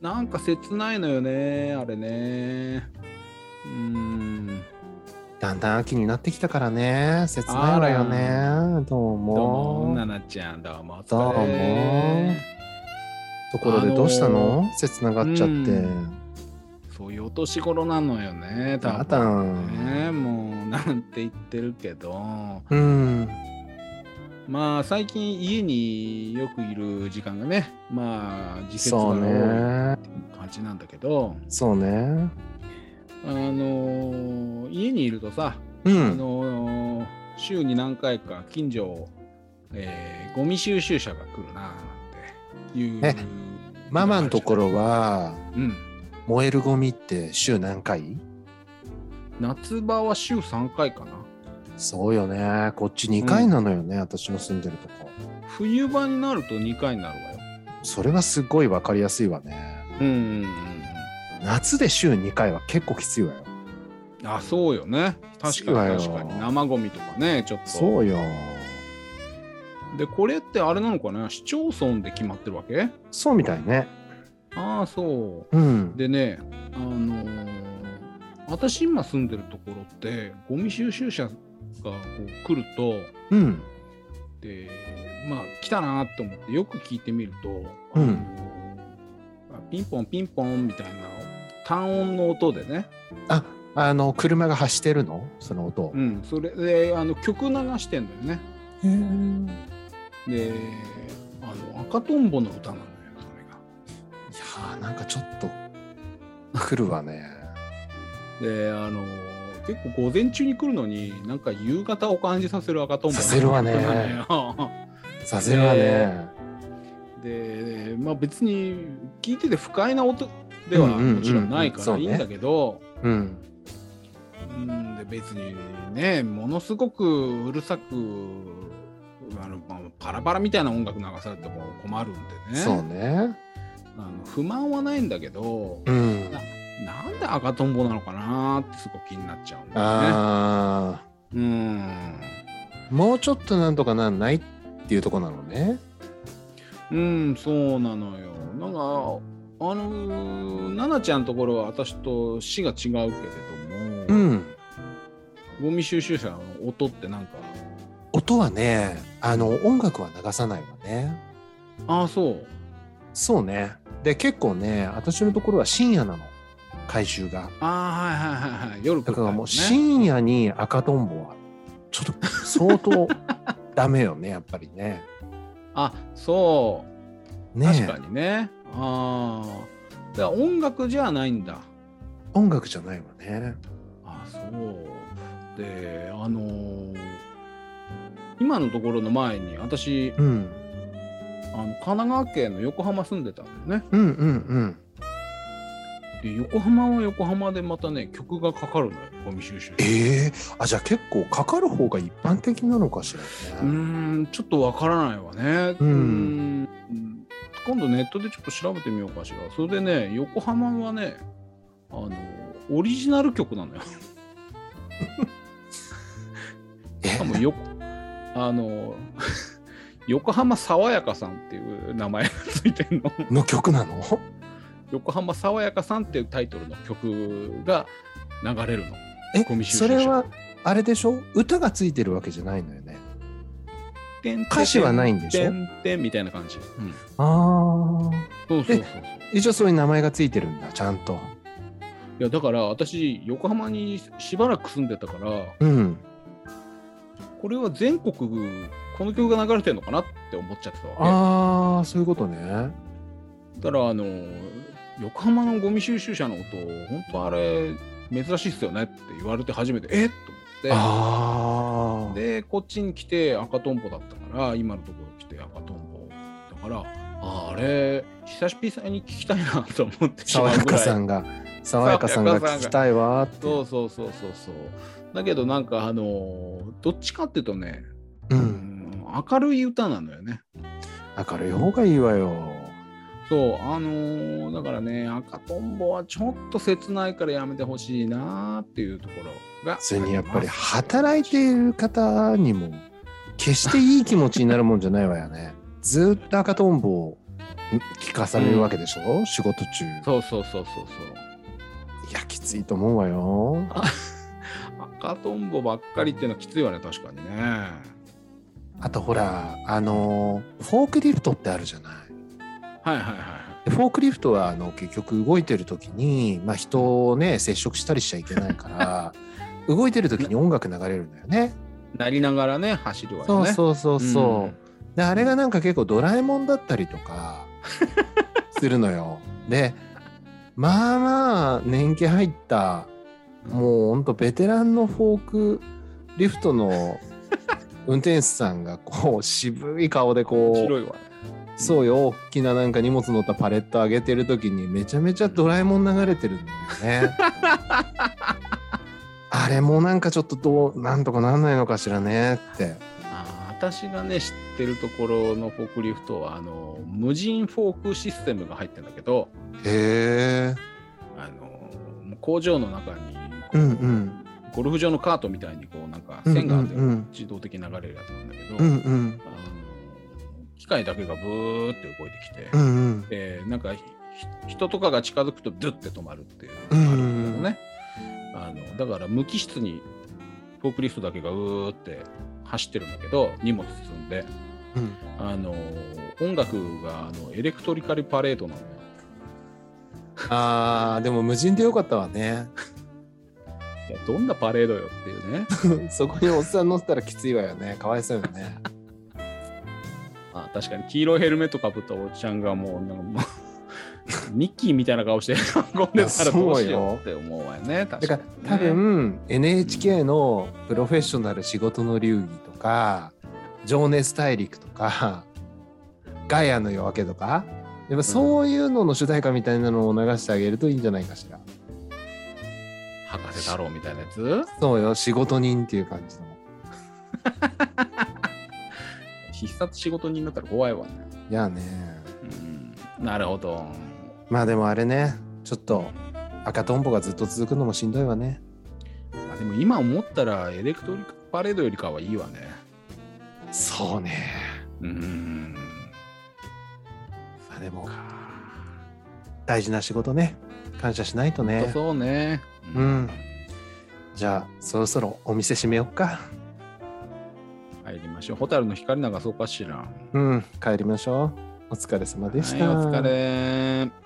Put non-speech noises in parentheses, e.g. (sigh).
なんか切ないのよね、あれね。うーん。だんだん秋になってきたからね切ないわよねどうどうも、もななちゃん、どうも。どうもお疲れところでどうしたあのの切ながっちゃっうてそういうお年頃なのよね、多あ分たね、んもう、なんて言ってるけど。うんまあ、最近家によくいる時間がね、まあ、自節がそう多ねい感じなんだけど、そうねあのー家にいるとさ、うあんのー週に何回か近所を、えーゴミ収集車が来るなあなんていうえ。ママのところは、はうん、燃えるゴミって週何回夏場は週3回かな。そうよねこっち2回なのよね、私の住んでるとこ冬場になると2回になるわよ。それはすごい分かりやすいわねうんうんうん夏で週2回は結構きついわようん。あ、そうよね。きつ確いわかよに確かに。生ゴミとかね、ちょっと。そうよでこれってあれなのかな市町村で決まってるわけそうみたいねああそううんでねあのー私今住んでるところってゴミ収集車がこう来るとうんでまあ来たなと思ってよく聞いてみると、うんあのーあピンポンピンポンみたいな単音の音でね、ああの車が走ってるのその音う、ん、それであの曲流してんだよねうん、いであの赤とんぼの歌なのよそれが。やーなんかちょっと来るわ (laughs) ねであの結構午前中に来るのになんか夕方を感じさせる赤とんぼさせ (laughs) るわねさせるわねねでまあ別に聞いてて不快な音ではうんうんうんもちろんないかそらういねいんだけど、うんうん、で別にねものすごくうるさくあの、まあ、パラパラみたいな音楽流されても困るんでねそうねあの不満はないんだけど、うんなんで赤とんぼなのかなーってすごく気になっちゃうんだよね。ああうんもうちょっとなんとかなんないっていうとこなのねうん、そうなのよ。なんか、あのー、奈々ちゃんのところは私と市が違うけれどうも、んゴミ収集車の音ってなんか、音はねあの音楽は流さないわねああ、そう。そうねで結構ね私のところは深夜なの回収がああ、はいはいはいはい。夜来だるからもうタイプね深夜に赤とんぼはちょっと相当ダメよねやっぱり (laughs) ね。あ、そう。ね確かえにね。ああ。だから音楽じゃないんだ。音楽じゃないわね。あそう。で、あのー今のところの前に私うんあの神奈川県の横浜住んでたんだよね。うんうんで横浜は横浜でまたね曲がかかるのよゴミ収集ええあじゃあ結構かかる方が一般的なのかしらうね。ーんちょっとわからないわねうんうーん今度ネットでちょっと調べてみようかしらそれでね横浜はねあのオリジナル曲 (laughs) なのよしかもよあの (laughs) 横浜爽やかさんっていう名前がついてるの (laughs) えの曲なの？横浜爽やかさんっていうタイトルの曲が流れるのえゴミ収集そ車れはあれでしょ？歌がついてるわけじゃないのよね。歌詞はないんでしょてんてんみたいな感じ、うんああそうそうそうそう。一応そういう名前がついてるんだちゃんと。いやだから私横浜にしばらく住んでたからうん。これは全国この曲が流れてるのかなって思っちゃってたわああそういうことね。けだからあの横浜のゴミ収集車の音本当あれ珍しいっすよねって言われて初めてえっと思っああ。てでこっちに来て赤とんぼだったから今のところ来て赤とんぼだからああれ久しぶりに聞きたいなと思ってし爽まうやぐからいさんが爽やかさんが聞きたいわーってそうそうそうそうそうだけどなんかあのどっちかっていうとねう、うんん明るい歌なのよね。明るい方がいいわよそう、あのーだからね、赤とんぼはちょっと切ないからやめてほしいなっていうところが。それにやっぱり働いている方にも決していい気持ちになるもんじゃないわよねずーっと赤とんぼを聞かされるわけでしょ、仕事中。そうそうそうそうそう。いや、きついと思うわよ。赤とんぼばっかりっていうのはきついわね、確かにね。あとほら、あのーフォークリフトってあるじゃない。はいはいはい。でフォークリフトはあの結局動いてる時に、まあ、人をね接触したりしちゃいけないから (laughs) 動いてる時に音楽流れるんだよね。なりながらね、走るわそようね。うそうそうそう。んであれがなんか結構ドラえもんだったり (laughs) とかするのよ。でまあまあ年季入ったもうほんとベテランのフォークリフ (laughs) トの運転手さんがこう渋い顔でこう。面白いわ。そうよ、大きななんか荷物乗ったパレット上げてる時にめちゃめちゃドラえもん流れてるんだ (laughs) よね。あれもなんかちょっとどう、なんとかなんないのかしらねって。あー私がね、知ってるところのフォークリフトは、あの、無人フォークシステムが入ってるんだけど、へえ。あの、もう工場の中に、こうんうんゴルフ場のカートみたいに、こう、なんかうん線があって、うんうん自動的に流れるやつなんだけど、うんうん。あの機械だけがブーって動いてきて、うんうん。でなんかひ人とかが近づくとドゥッて止まるっていうのがあるんだけどね、あのだから無機質にフォークリフトだけがうーって走ってるんだけど荷物積んでうんあの音楽があのエレクトリカルパレードなんだよあー、でも無人でよかったわね。いやどんなパレードよっていうねそこにおっさん乗ったらきついわよね。かわいそうよね。あ確かに黄色いヘルメットかぶったおっちゃんがもうなんかもう (laughs) ミッキーみたいな顔して運んでたらどうしようって思うわよねだ確かからにね多分 NHK のプロフェッショナル仕事の流儀とか「情熱大陸」とか「ガイアの夜明け」とかやっぱそういうのの主題歌みたいなのを流してあげるといいんじゃないかしら。博士太郎みたいなやつそうよ仕事人っていう感じの。必殺仕事人になったら怖いわねいやねうんなるほど。まあでもあれねちょっと赤とんぼがずっと続くのもしんどいわね。あでも今思ったらエレクトリックパレードよりかはいいわね。そうね。うん。まあでもか。大事な仕事ね感謝しないほとんとね。そうね。うん。じゃあそろそろお店閉めよっか。入りましょう。ホタルの光流そうかしら。うん、帰りましょう。お疲れ様でした。はいお疲れ。